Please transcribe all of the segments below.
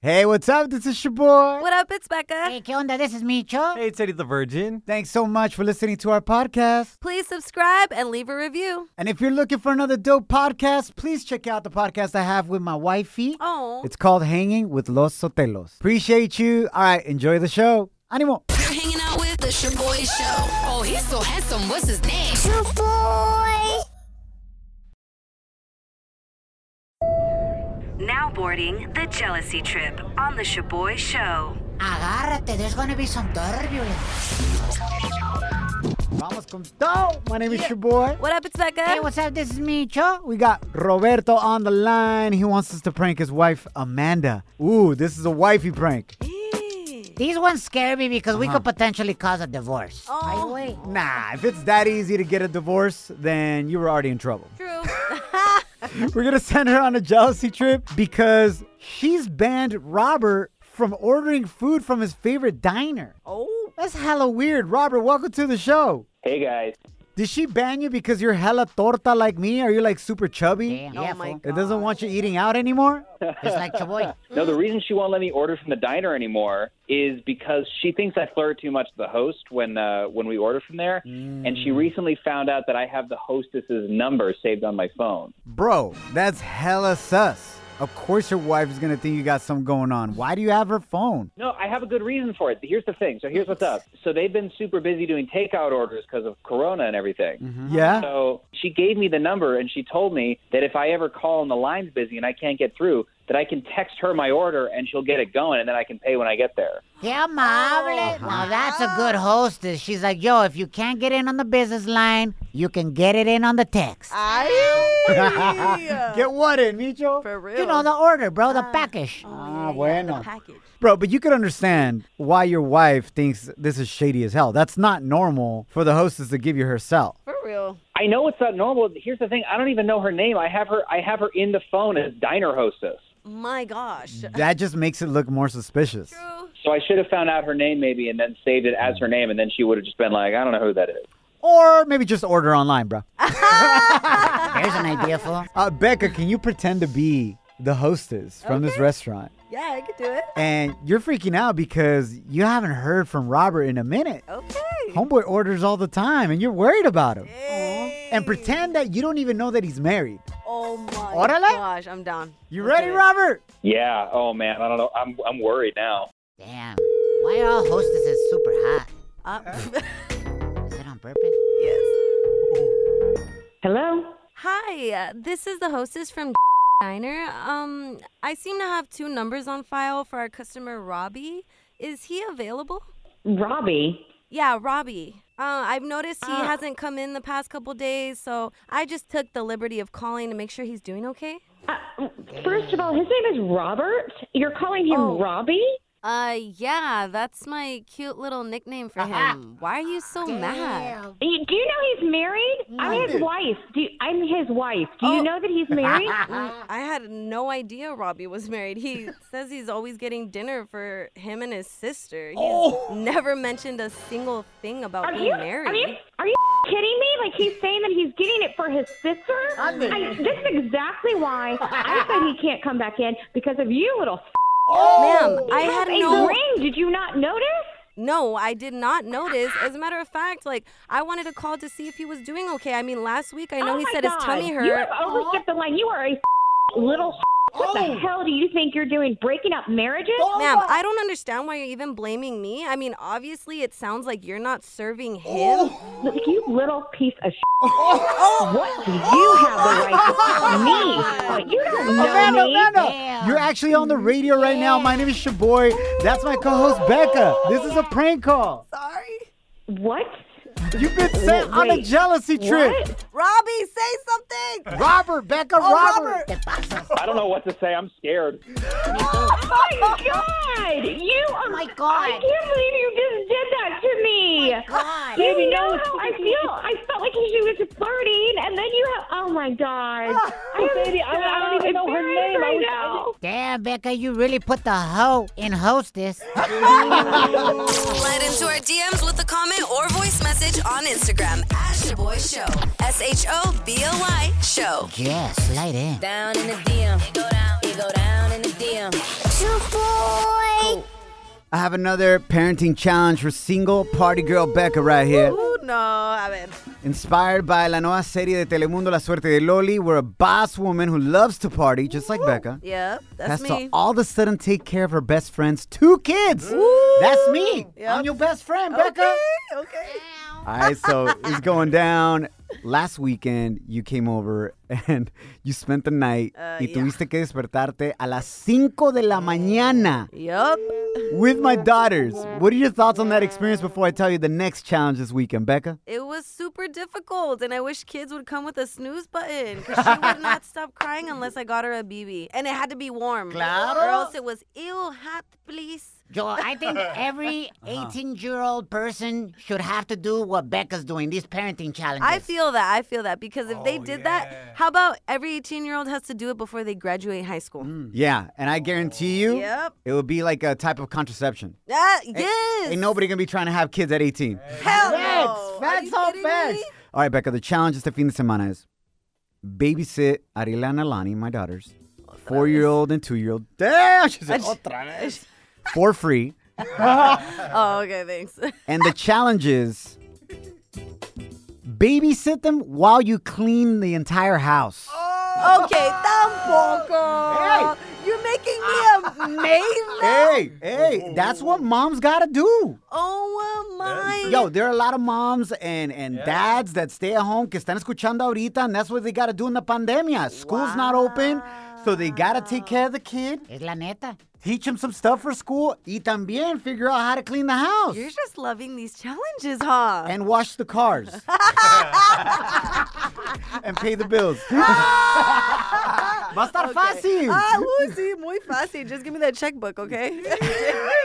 Hey, what's up? This is your boy. What up? It's Becca. Hey, ¿qué onda? This is Micho. Hey, it's Eddie the Virgin. Thanks so much for listening to our podcast. Please subscribe and leave a review. And if you're looking for another dope podcast, please check out the podcast I have with my wifey. Oh. It's called Hanging with Los Sotelos. Appreciate you. All right, enjoy the show. Animo. You're hanging out with the Shaboy Show. Oh, he's so handsome. What's his name? Now boarding the jealousy trip on the Shaboy Show. Agárrate, there's gonna be some turbulence. Vamos con todo. My name is your boy. What up? It's Becca. Hey, what's up? This is Micho. We got Roberto on the line. He wants us to prank his wife, Amanda. Ooh, this is a wifey prank. These ones scare me because we could potentially cause a divorce. Oh. Ay, güey. Nah, if it's that easy to get a divorce, then you were already in trouble. True. We're gonna send her on a jealousy trip because she's banned Robert from ordering food from his favorite diner. oh. That's hella weird. Robert, welcome to the show. Hey guys, Did she ban you because you're hella torta like me? Are you like super chubby? Damn. Oh yeah, my fool. It doesn't want you eating out anymore? Just like Chaboy. no, the reason she won't let me order from the diner anymore is because she thinks I flirt too much to the host when uh, when we order from there, and she recently found out that I have the hostess's number saved on my phone. Bro, that's hella sus. Of course your wife is gonna think you got something going on. Why do you have her phone? No, I have a good reason for it. Here's the thing. So here's what's up. So they've been super busy doing takeout orders because of Corona and everything. Mm-hmm. Yeah? So she gave me the number and she told me that if I ever call and the line's busy and I can't get through, that I can text her my order and she'll get it going and then I can pay when I get there. Qué amable. Now that's a good hostess. She's like, yo, if you can't get in on the business line, you can get it in on the text. Ay. Get what in, Micho? For real. you know, the order, bro, the package. Ah, bueno. package. Bro, but you could understand why your wife thinks this is shady as hell. That's not normal for the hostess to give you her cell. For real. I know it's not normal. Here's the thing: I don't even know her name. I have her. I have her in the phone as diner hostess. My gosh. That just makes it look more suspicious. So I should have found out her name maybe, and then saved it as her name, and then she would have just been like, I don't know who that is. Or maybe just order online, bro. There's an idea, fool. Uh, Becca, can you pretend to be the hostess from this restaurant? Yeah, I could do it. And you're freaking out because you haven't heard from Robert in a minute. Okay. Homeboy orders all the time and you're worried about him. And pretend that you don't even know that he's married. Oh my Órale. gosh, I'm down. You Let's ready, do it. Robert? Yeah. Oh man, I don't know. I'm I'm worried now. Damn. Why are all hostesses super hot? Uh, Is it on purpose? yes. Hello? Hi, uh, this is the hostess from Diner. Um, I seem to have two numbers on file for our customer Robbie. Is he available? Robbie? Ah. Yeah, Robbie. Uh, I've noticed he hasn't come in the past couple days, so I just took the liberty of calling to make sure he's doing okay. Uh, first of all, his name is Robert. You're calling him Oh. Robbie? Uh, yeah, that's my cute little nickname for him. Why are you so mad? You- Do you know he's married? I'm his wife. Do you, I'm his wife. Do Oh. you know that he's married? Mm, I had no idea Robbie was married. He says he's always getting dinner for him and his sister. He's never mentioned a single thing about Oh. are being you married. are you are you kidding me? Like he's saying that he's getting it for his sister? I, this is exactly why I said he can't come back in because of you, little. Ma'am, I f- had a no ring. Did you not notice? No, I did not notice. As a matter of fact, like I wanted to call to see if he was doing okay. I mean, last week I know Oh he my said God. his tummy hurt. You have overstepped the line. You are a little. What the hell do you think you're doing? Breaking up marriages? Ma'am, I don't understand why you're even blaming me. I mean, obviously it sounds like you're not serving him. Look, you little piece of What do you have the right to tell me? What, You don't know Amanda, me. Amanda, Damn. you're actually on the radio right now. My name is Shaboy. That's my co-host Becca. This is a prank call. Sorry. What? You've been sent on a Wait, jealousy trip. What? Robbie, say something. Robert, Becca, Robert. I don't know what to say. I'm scared. Oh my God! You are. my God. I can't believe you just did that to me. God. You know how I feel. I felt like he was just flirting, and then you have. Oh my God! I baby, I, don't even know her name. Right now. Damn, Becca, you really put the hoe in hostess. Slide into our DMs with a comment or voice message on Instagram at Shaboy Show. S H O B O Y Show. Yes, slide in. Down in the DM. It go down. It go down in the DM. Shaboy. I have another parenting challenge for single party girl Becca right here. Ooh, no. A ver. Inspired by la nueva serie de Telemundo La Suerte de Loli, where a boss woman who loves to party, just like Becca, Yep, has that's to me. all of a sudden take care of her best friend's two kids. That's me. Yep. I'm your best friend, Becca. Okay. All right, so it's going down. Last weekend, you came over and you spent the night. Uh, y yeah. Oh. tuviste que despertarte a las cinco de la mañana Yep. with my daughters. What are your thoughts on that experience before I tell you the next challenge this weekend, Becca? It was super difficult, and I wish kids would come with a snooze button because she would not stop crying unless I got her a BB. And it had to be warm. Or else it was ill hot, please. Joel, I think every 18 year old person should have to do what Becca's doing, these parenting challenges. I feel that. I feel that because if Oh, they did that, how about every 18 year old has to do it before they graduate high school? Mm. Yeah, and I guarantee you, Yep. it will be like a type of contraception. Ah, yes. Ain't nobody gonna be trying to have kids at 18. Hell Facts. no. Are Facts you all kidding facts. me? All right, Becca, the challenge este fin de semana is babysit Arila and Alani, my daughters, four year old and two year old. Damn, she said, "Otra vez." For free. Oh, okay. Thanks. And the challenge is babysit them while you clean the entire Oh, house. okay. Tampoco. You're making me a maid now? Hey, hey, that's what moms gotta do. Oh my. Uh, Yo, there are a lot of moms and, and dads that stay at home que están escuchando ahorita, and that's what they gotta do in the pandemia. School's not open, so they gotta take care of the kid. Es la neta. teach them some stuff for school, y también figure out how to clean the house You're just loving these challenges, huh? and wash the cars and pay the bills. Va a estar fácil. Ah, uy, sí, muy fácil. Just give me that checkbook, okay?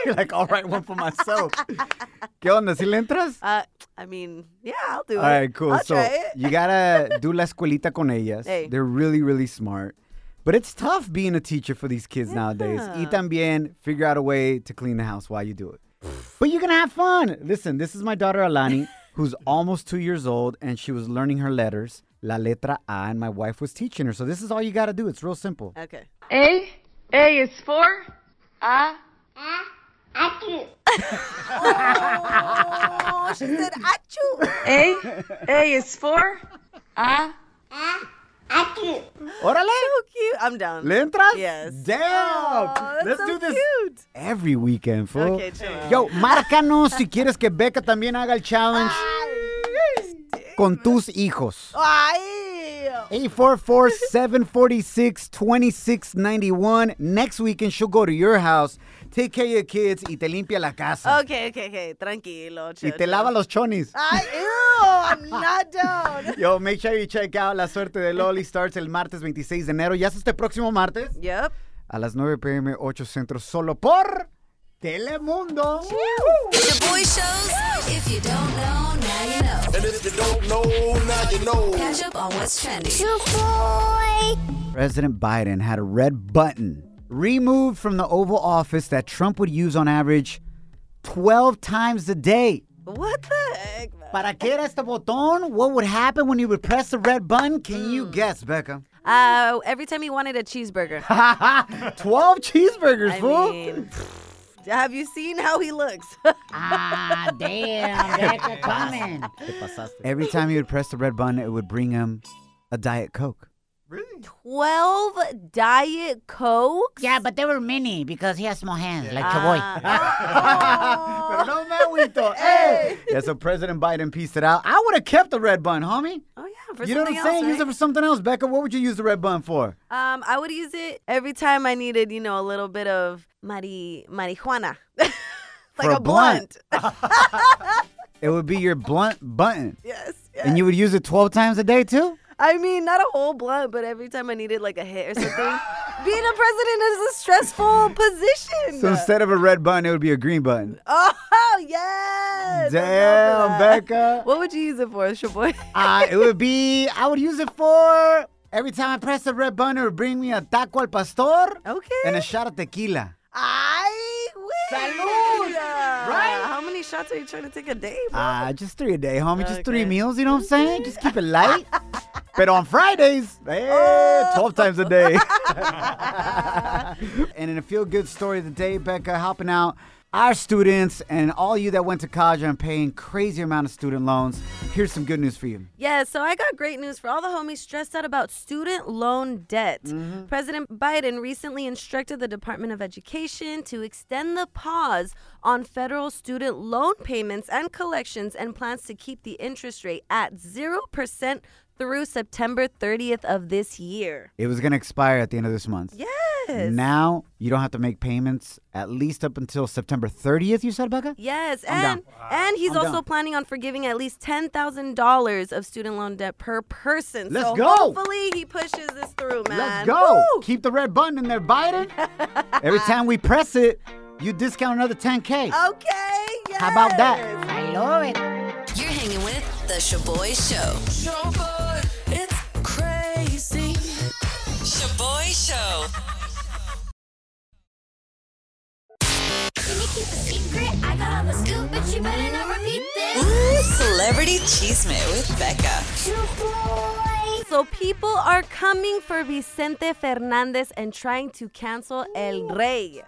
You're like, all right, one for myself. ¿Qué onda? ¿Si le entras? uh, I mean, yeah, I'll do All it. right, cool. I'll so try it. you gotta do la escuelita con ellas. Hey. They're really, really smart. But it's tough being a teacher for these kids nowadays. Y también figure out a way to clean the house while you do it. But you can have fun. Listen, this is my daughter Alani, who's almost two years old, and she was learning her letters, la letra A, and my wife was teaching her. So this is all you gotta do. It's real simple. Okay. A. A is for. A. Oh, she said achoo. A. A is for. A. Órale. So cute. I'm down. ¿Le entras? Yes. Damn. Oh, that's Let's so do this cute. every weekend, fool. Okay, chill out. Yo, márcanos si quieres que Becca también haga el challenge con tus hijos. Ay. 844-746-2691. Next weekend, she'll go to your house, take care of your kids y te limpia la casa. Okay, okay, okay. Tranquilo. Y Chill, te chill. lava los chonis. Ay, ew, I'm not down. Yo, make sure you check out La Suerte de Loli. Starts el martes 26 de enero. Ya es este próximo martes. yep. A las 9 p.m. 8 Centro, solo por Telemundo. The boy shows. If you don't know, now you know. And if you don't know, now you know. Catch up on what's trending. President Biden had a red button removed from the Oval Office that Trump would use on average 12 times a day. What the heck, man? Para qué era este botón? What would happen when you would press the red button? Can Mm. you guess, Becca? Uh, every time he wanted a cheeseburger. 12 cheeseburgers, I fool. mean, have you seen how he looks? Ah, damn, Becca coming. Every time he would press the red button, it would bring him a Diet Coke. 12 Diet Cokes? Uh, Yeah, but they were mini because he has small hands, like Ah. Chavoy. Pero no me agüito. Hey. Yeah, so President Biden pieced it out. I would have kept the red button, homie. Oh, yeah. For you know what I'm something saying? Else, Use it right? for something else. Becca, what would you use the red button for? um, I would use it every time I needed, you know, a little bit of mari- marijuana. like For a a blunt. It would be your blunt button. yes. And you would use it 12 times a day too? I mean, not a whole blunt, but every time I needed like a hit or something. Being a president is a stressful position. So instead of a red button, it would be a green button. oh, yes. I'm down for Damn, that. Becca. What would you use it for, Shaboy? Uh, it would be, I would use it for every time I press the red button, it would bring me a taco al pastor Okay. and a shot of tequila. I win. Salud. Right? How many shots are you trying to take a day? bro? Ah, just three a day, homie. Just three Okay. meals, you know what I'm saying? Just keep it light. but on Fridays, eh, 12 times a day. and in a feel good story of the day, Becca helping out our students and all you that went to college and are paying crazy amount of student loans. Here's some good news for you. Yeah, so I got great news for all the homies stressed out about student loan debt. Mm-hmm. President Biden recently instructed the Department of Education to extend the pause on federal student loan payments and collections and plans to keep the interest rate at 0% through September 30th of this year. It was going to expire at the end of this month. Yes. Now you don't have to make payments at least up until September 30th, you said, Becca? Yes, I'm down. and and he's I'm also down. planning on forgiving at least ten thousand dollars of student loan debt per person. Let's so go. Hopefully, he pushes this through, man. Let's go. Woo! Keep the red button in there, Biden. Every time we press it, you discount another 10K. Oh. Okay. Yes. How about that? I love it. You're hanging with The Shaboy Show. Showboy, it's crazy. Shaboy Show. Ooh, Celebrity Cheesemate with Becca. So people are coming for Vicente Fernandez and trying to cancel El Rey.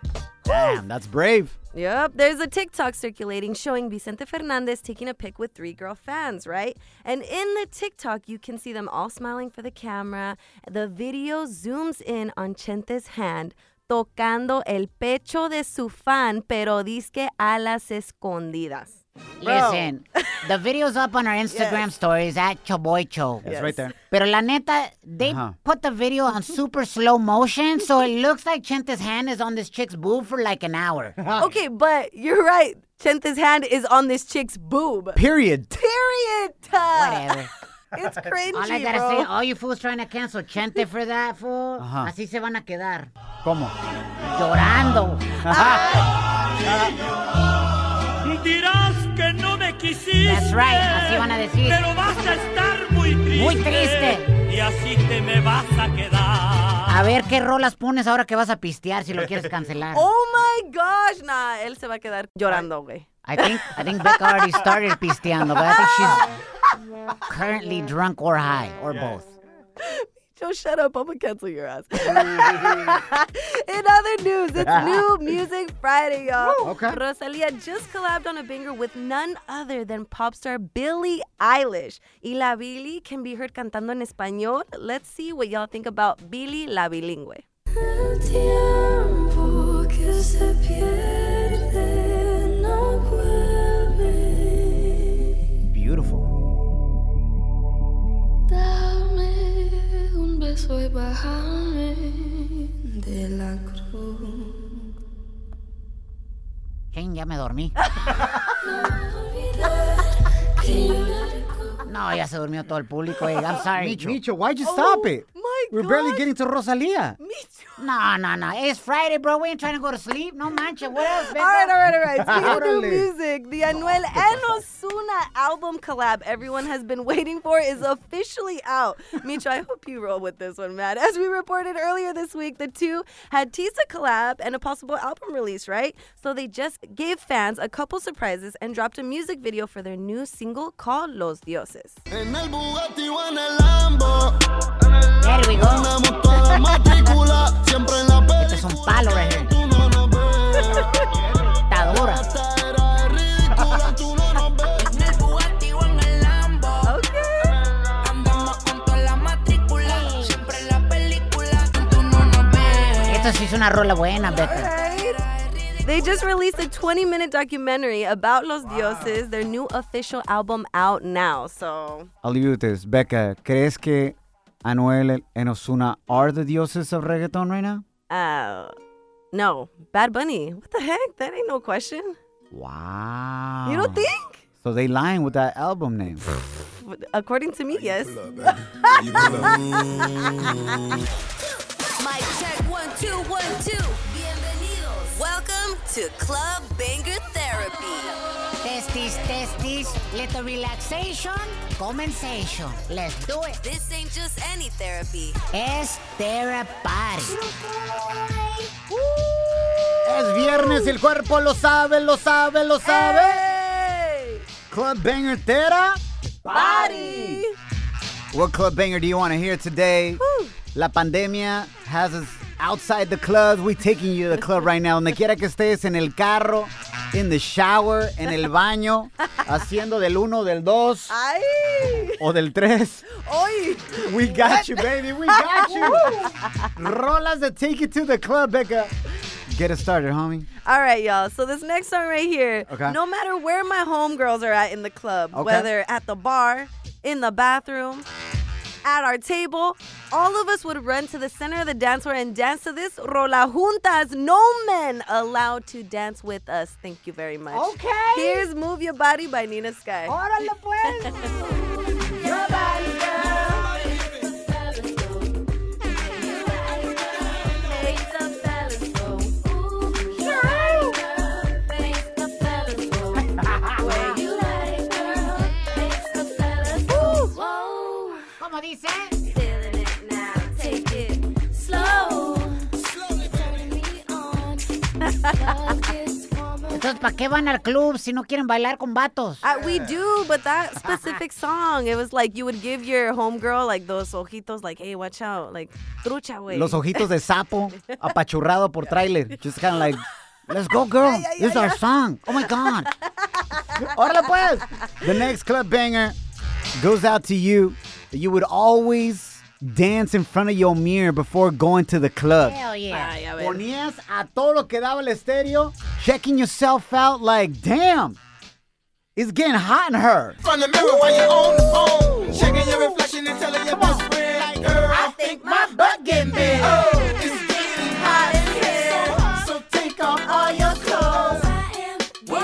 Damn, that's brave. Yep, there's a TikTok circulating showing Vicente Fernandez taking a pic with three girl fans, right? And in the TikTok, you can see them all smiling for the camera. The video zooms in on Chente's hand, tocando el pecho de su fan, pero disque a las escondidas. Listen, the video's up on our Instagram stories at Choboycho. That's right there. Pero la neta, they Uh-huh. put the video on super slow motion, so it looks like Chente's hand is on this chick's boob for like an hour. Okay, but you're right. Chente's hand is on this chick's boob. Period. Period. Whatever. It's cringy, All I gotta bro. say, all you fools trying to cancel Chente for that fool, Uh-huh. así se van a quedar. Como? Llorando. That's right, así van a decir. muy triste. A ver qué rolas pones ahora que vas a pistear si lo quieres cancelar. Oh my gosh. Nah, él se va a quedar llorando, güey. I think I think Becca already started pisteando, but I think she's currently drunk or high or both. Joe, shut up. I'm going to cancel your ass. In other news, it's New Music Friday, y'all. okay. Rosalia just collabed on a banger with none other than pop star Billie Eilish. Y la Billie can be heard cantando en español. Let's see what y'all think about Billie la bilingüe. Beautiful. Ching, ya me dormí. No, ya se durmió todo el público. eh. I'm sorry. Micho, Micho, why'd you stop it? Oh my We're barely getting to Rosalia. Me too. No, no, no. It's Friday, bro. We ain't trying to go to sleep. No manches. What else, All right, Becca? all right, all right. Speaking of new Órale. music, the Anuel and Osuna album collab everyone has been waiting for is officially out. Micho, I hope you roll with this one, man. As we reported earlier this week, the two had teased a collab and a possible album release, right? So they just gave fans a couple surprises and dropped a music video for their new single called Los Dioses. En el Bugatti o en el Lambo. There we go. Tenemos toda la matrícula. Siempre en la Este es un palo right here. Tú no nos ves. Está dura. Esta era es ridícula. Tú no nos ves. En el Bugatti o en el Lambo. Okay. Andamos con toda la matrícula. Siempre en la película. Tú no nos ves. Esto sí es una rola buena, Becca. They just released a 20 minute documentary about Los Dioses, their new official album out now. So I'll leave you with this. Becca, ¿crees que Anuel and Osuna are the dioses of reggaeton right now? Uh, no, Bad Bunny. What the heck? That ain't no question. Wow. You don't think? So they lying with that album name. According to me, yes. Mic check one, two, one, two. Bienvenidos. Welcome to Club Banger Therapy. Testis, testis. Let the relaxation commensation. Let's do it. This ain't just any therapy. Es therapy. es viernes, el cuerpo lo sabe, lo sabe, lo sabe. Hey, Eh. Club Banger Tera. body. What club banger do you want to hear today? La pandemia has us outside the clubs. We taking you to the club right now. Donde quiera que estés, en el carro, in the shower, en el baño, haciendo del uno, del dos ¡Ay! o del tres. ¡Ay! We got you, baby. We got you. Rolas that take you to the club, Becca. Get us started, homie. All right, y'all. So this next song right here, Okay. no matter where my homegirls are at in the club, Okay. whether at the bar, in the bathroom, at our table, all of us would run to the center of the dance floor and dance to this Rola Juntas. No men allowed to dance with us. Thank you very much. Okay. Here's Move Your Body by Nina Sky. Órale, pues. ¿Cómo dice? Entonces, ¿para qué van al club si no quieren bailar con vatos? Uh, we do, but that specific song, it was like you would give your homegirl like those ojitos, like, hey, watch out, like, trucha, way. Los ojitos de sapo, apachurrado por trailer. Just kind of like, let's go, girl. this is our song. Oh my God. Órale, pues. The next club banger goes out to you. You would always dance in front of your mirror before going to the club. Hell yeah. Ponías a todo lo que daba el estéreo, checking yourself out like, damn, it's getting hot in her. From the mirror while you're on the phone. Checking your reflection and telling your best friend, like, girl, I think my butt getting big. Oh, it's getting hot in here. So take off all your clothes. Uh,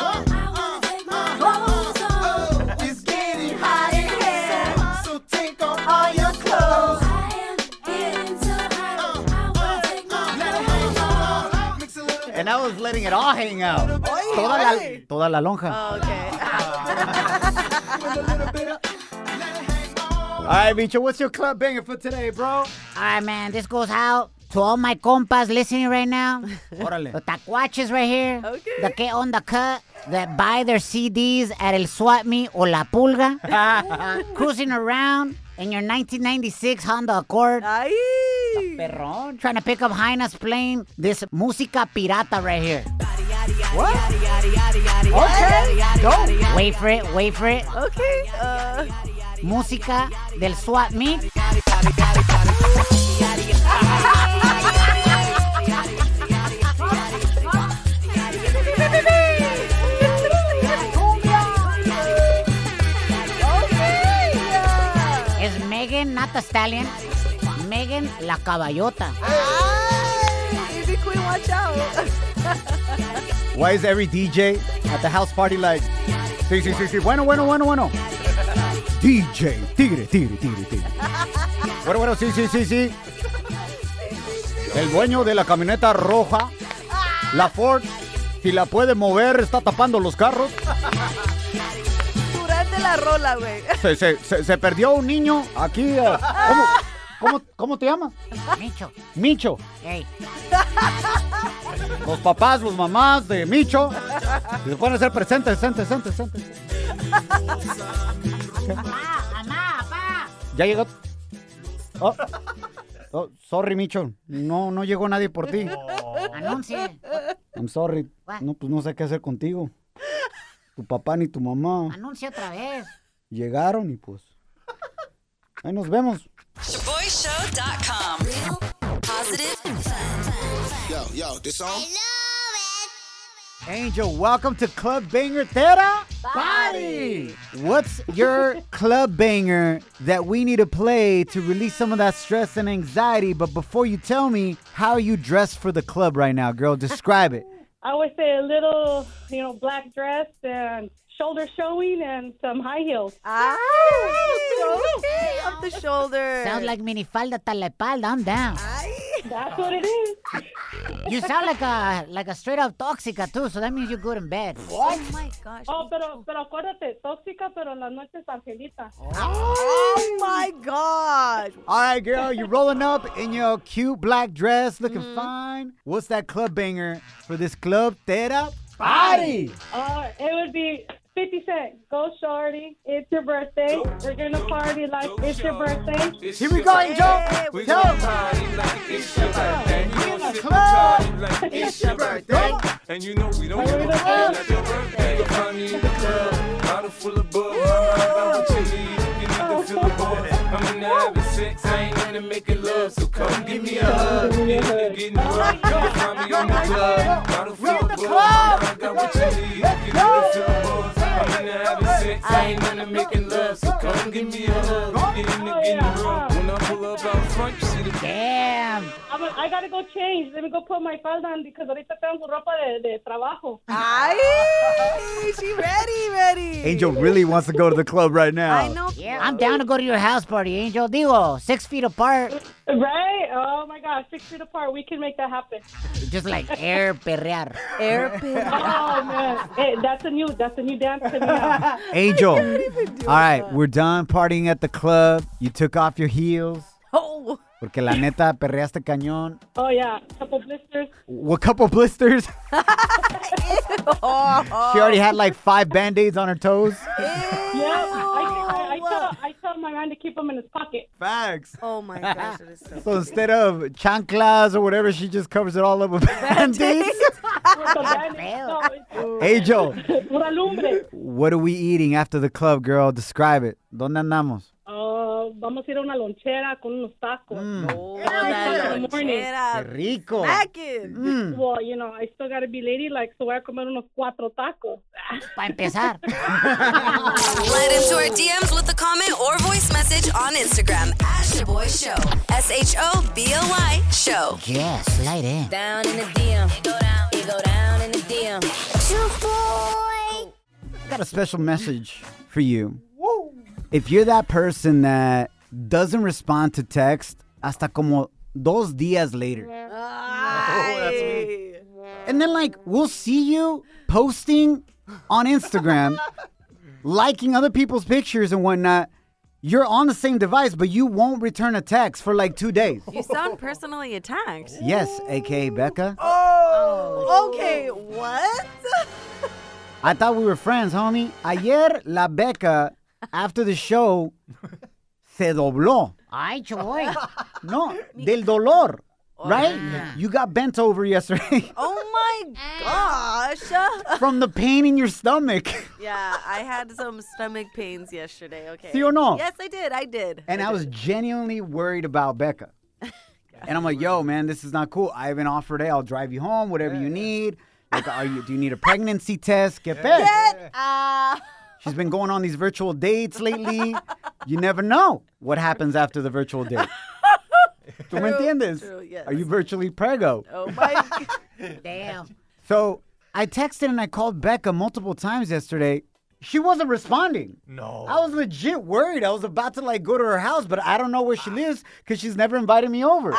uh, uh, oh, it's getting hot in here. So take off all your clothes. And I was letting it all hang out. Toda la, toda la lonja. Oh, All right, Bicho, what's your club banger for today, bro? All right, man, this goes out to all my compas listening right now. The Órale. tacuaches right here. The que on the cut. That buy their CDs at El Swap Me o La Pulga. cruising around in your 1996 Honda Accord. Ay. Perrón. Trying to pick up Hyena's playing this música pirata right here. Okay. Dope. Wait for it, wait for it. Okay. Uh, Música del Swap Me. Es Megan, not the stallion. Megan la caballota. ay, Easy Queen, watch out. Why is every DJ at the house party like, sí, sí, sí, sí, bueno, bueno, bueno, bueno. DJ, tigre, tigre, tigre, tigre. Bueno, bueno, sí, sí, sí, sí. El dueño de la camioneta roja, la Ford, si la puede mover, está tapando los carros. Durante la rola, güey. Se, se, se, se perdió un niño aquí. eh, ¿Cómo, cómo, cómo te llamas? Micho. Micho. Ey. Los papás, los mamás de Micho. Se pueden hacer presentes, presentes, presentes, presentes. Mamá, mamá, papá. Ya llegó. Oh. Oh, sorry, Micho. No, no llegó nadie por ti. Anuncie. I'm sorry. No, pues no sé qué hacer contigo. Tu papá ni tu mamá Anuncie otra vez. llegaron y pues. Ahí nos vemos. ShaboyShow.com. Real, positive, Yo, yo, this song. Angel, welcome to Club Banger Theta Body. What's your club banger that we need to play to release some of that stress and anxiety? But before you tell me how you dress for the club right now, girl, describe it. I would say a little, you know, black dress and shoulder showing and some high heels. Ay, okay, up the shoulder. Sounds like minifalda talepalda. I'm down. That's what it is. You sound like a Uh, like a straight up toxica too, so that means you're good in bed. Oh my gosh. Oh, pero, pero acuérdate, tóxica, pero en las noches angelita. Oh my gosh. Oh, All right, girl, you're rolling up in your cute black dress, looking fine. What's that club banger for this club Theta Body? Uh, it would be 50 Cent. Go, shorty. It's your birthday. We're going to party like it's your birthday. Here we go, Angel. Hey, Yo. party like it's your birthday. You on, Come come on. on. Like, it's your birthday. And you know we don't give a fuck. It's your birthday. You find me in the club. Bottle full of bug. Mama, I'm what you need. You need to feel the boy. I'm in the having sex. I ain't into making love. So come give me a hug. If you're getting rough, come find me on the club. Bottle full of bug. Mama, I got what you need. You need to feel the boy. I'm in the having sex. I ain't into making love. So come give me a hug. If you're getting rough, when I pull up out front, you see the Damn. I'm a, I gotta go change. Let me go put my falda on because ahorita tengo ropa de, de trabajo. Ay, she ready, ready. Angel really wants to go to the club right now. I'm down to go to your house party, Angel. Digo, six feet apart. Right? Oh my gosh, six feet apart. We can make that happen. Just like air perrear. Oh man, hey, that's a new that's a new dance to me. now. Angel. All right, we're done partying at the club. You took off your heels. Oh. Porque la neta perreaste cañón. Oh yeah, couple blisters. What couple blisters? She already had like five band-aids on her toes. Yeah, I, I, I, tell, I tell my man to keep them in his pocket. Facts. Oh my gosh, it is so. So instead of chanclas or whatever, she just covers it all up with band-aids. Angel, Pura lumbre. what are we eating after the club, girl? Describe it. ¿Dónde andamos? Oh, vamos a ir a una lonchera con unos tacos. Oh, la Qué rico. Mm. Well, you know, I still gotta be ladylike, so voy a comer unos cuatro tacos. Para empezar. Slide into our DMs with a comment or voice message on Instagram at Shaboy Show. S H O B O Y Show. Yeah, slide in. Down in the DM. It go down. It go down in the DM. I got a special message for you. If you're that person that doesn't respond to text hasta como dos días later. And then, like, we'll see you posting on Instagram, liking other people's pictures and whatnot. You're on the same device, but you won't return a text for like two days. You sound personally attacked. Yes, aka Becca. Oh. Okay, what? I thought we were friends, homie. Ayer, la Becca, after the show, se dobló. Ay, choy. Oh, No, del dolor. Right? You got bent over yesterday Oh Eh. my gosh. from the pain in your stomach. yeah, I had some stomach pains yesterday. Okay. Sí o no? Yes, I did. I did. And I was genuinely worried about Becca. And I'm like, yo, man, this is not cool. I have an offer today. I'll drive you home, whatever you need. Like, are you do you need a pregnancy test? Get back. Get out. She's been going on these virtual dates lately. you never know what happens after the virtual date. ¿Tú me entiendes? true, yes. Are you virtually prego? Oh my. g- Damn. So I texted and I called Becca multiple times yesterday. She wasn't responding. No. I was legit worried. I was about to like go to her house, but I don't know where she lives because she's never invited me over.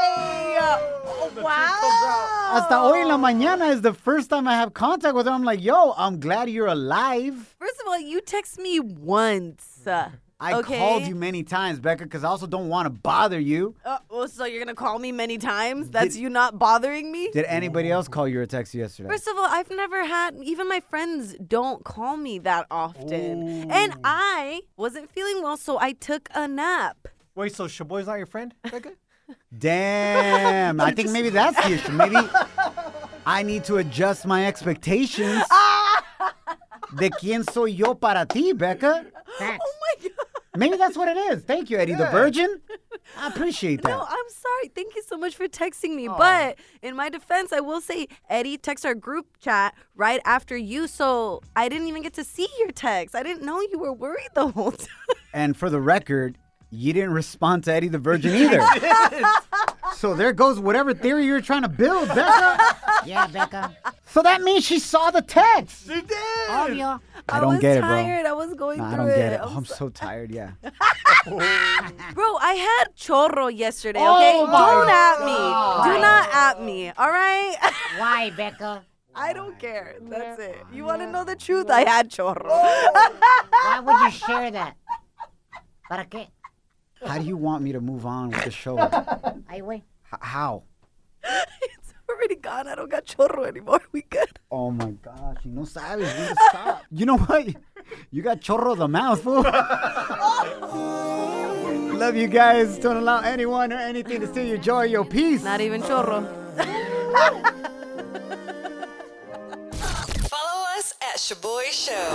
Oh, wow. Hasta hoy en la mañana is the first time I have contact with her. I'm like, yo, I'm glad you're alive. First of all, you text me once. Uh, I okay? called you many times, Becca, because I also don't want to bother you. Uh, well, so you're gonna call me many times? That's you not bothering me? Did anybody else call you or text you yesterday? First of all, I've never had, even my friends don't call me that often. And I wasn't feeling well, so I took a nap. Wait, so Shaboy's not your friend, Becca? Damn, I think maybe that's the issue. Maybe I need to adjust my expectations. De quién soy yo para ti, Becca? Facts. Oh my God. Maybe that's what it is. Thank you, Eddie the Virgin. I appreciate that. No, I'm sorry. Thank you so much for texting me. But in my defense, I will say Eddie texted our group chat right after you, so I didn't even get to see your text. I didn't know you were worried the whole time. and for the record, you didn't respond to Eddie the Virgin either. so there goes whatever theory you're trying to build, Becca. Yeah, Becca. so that means she saw the text. She did. Obvio. I don't was get it, bro. tired. I was going No, I through don't get it. I'm Oh, I'm so tired. Yeah. Bro, I had chorro yesterday, Oh okay? Don't at me. Do not at me, all right? Why, Becca? I don't care. That's it. You want to know the truth? I had chorro. Oh. Why would you share that? ¿Para qué? How do you want me to move on with the show? H- Ay, güey. how? it's already gone. I don't got chorro anymore. We good. Oh my gosh, you know, Silas, you need to stop. You know what? You got chorro the mouth, fool. Love you guys. Don't allow anyone or anything to steal your joy, your peace. Not even chorro. Follow us at Shaboy Show.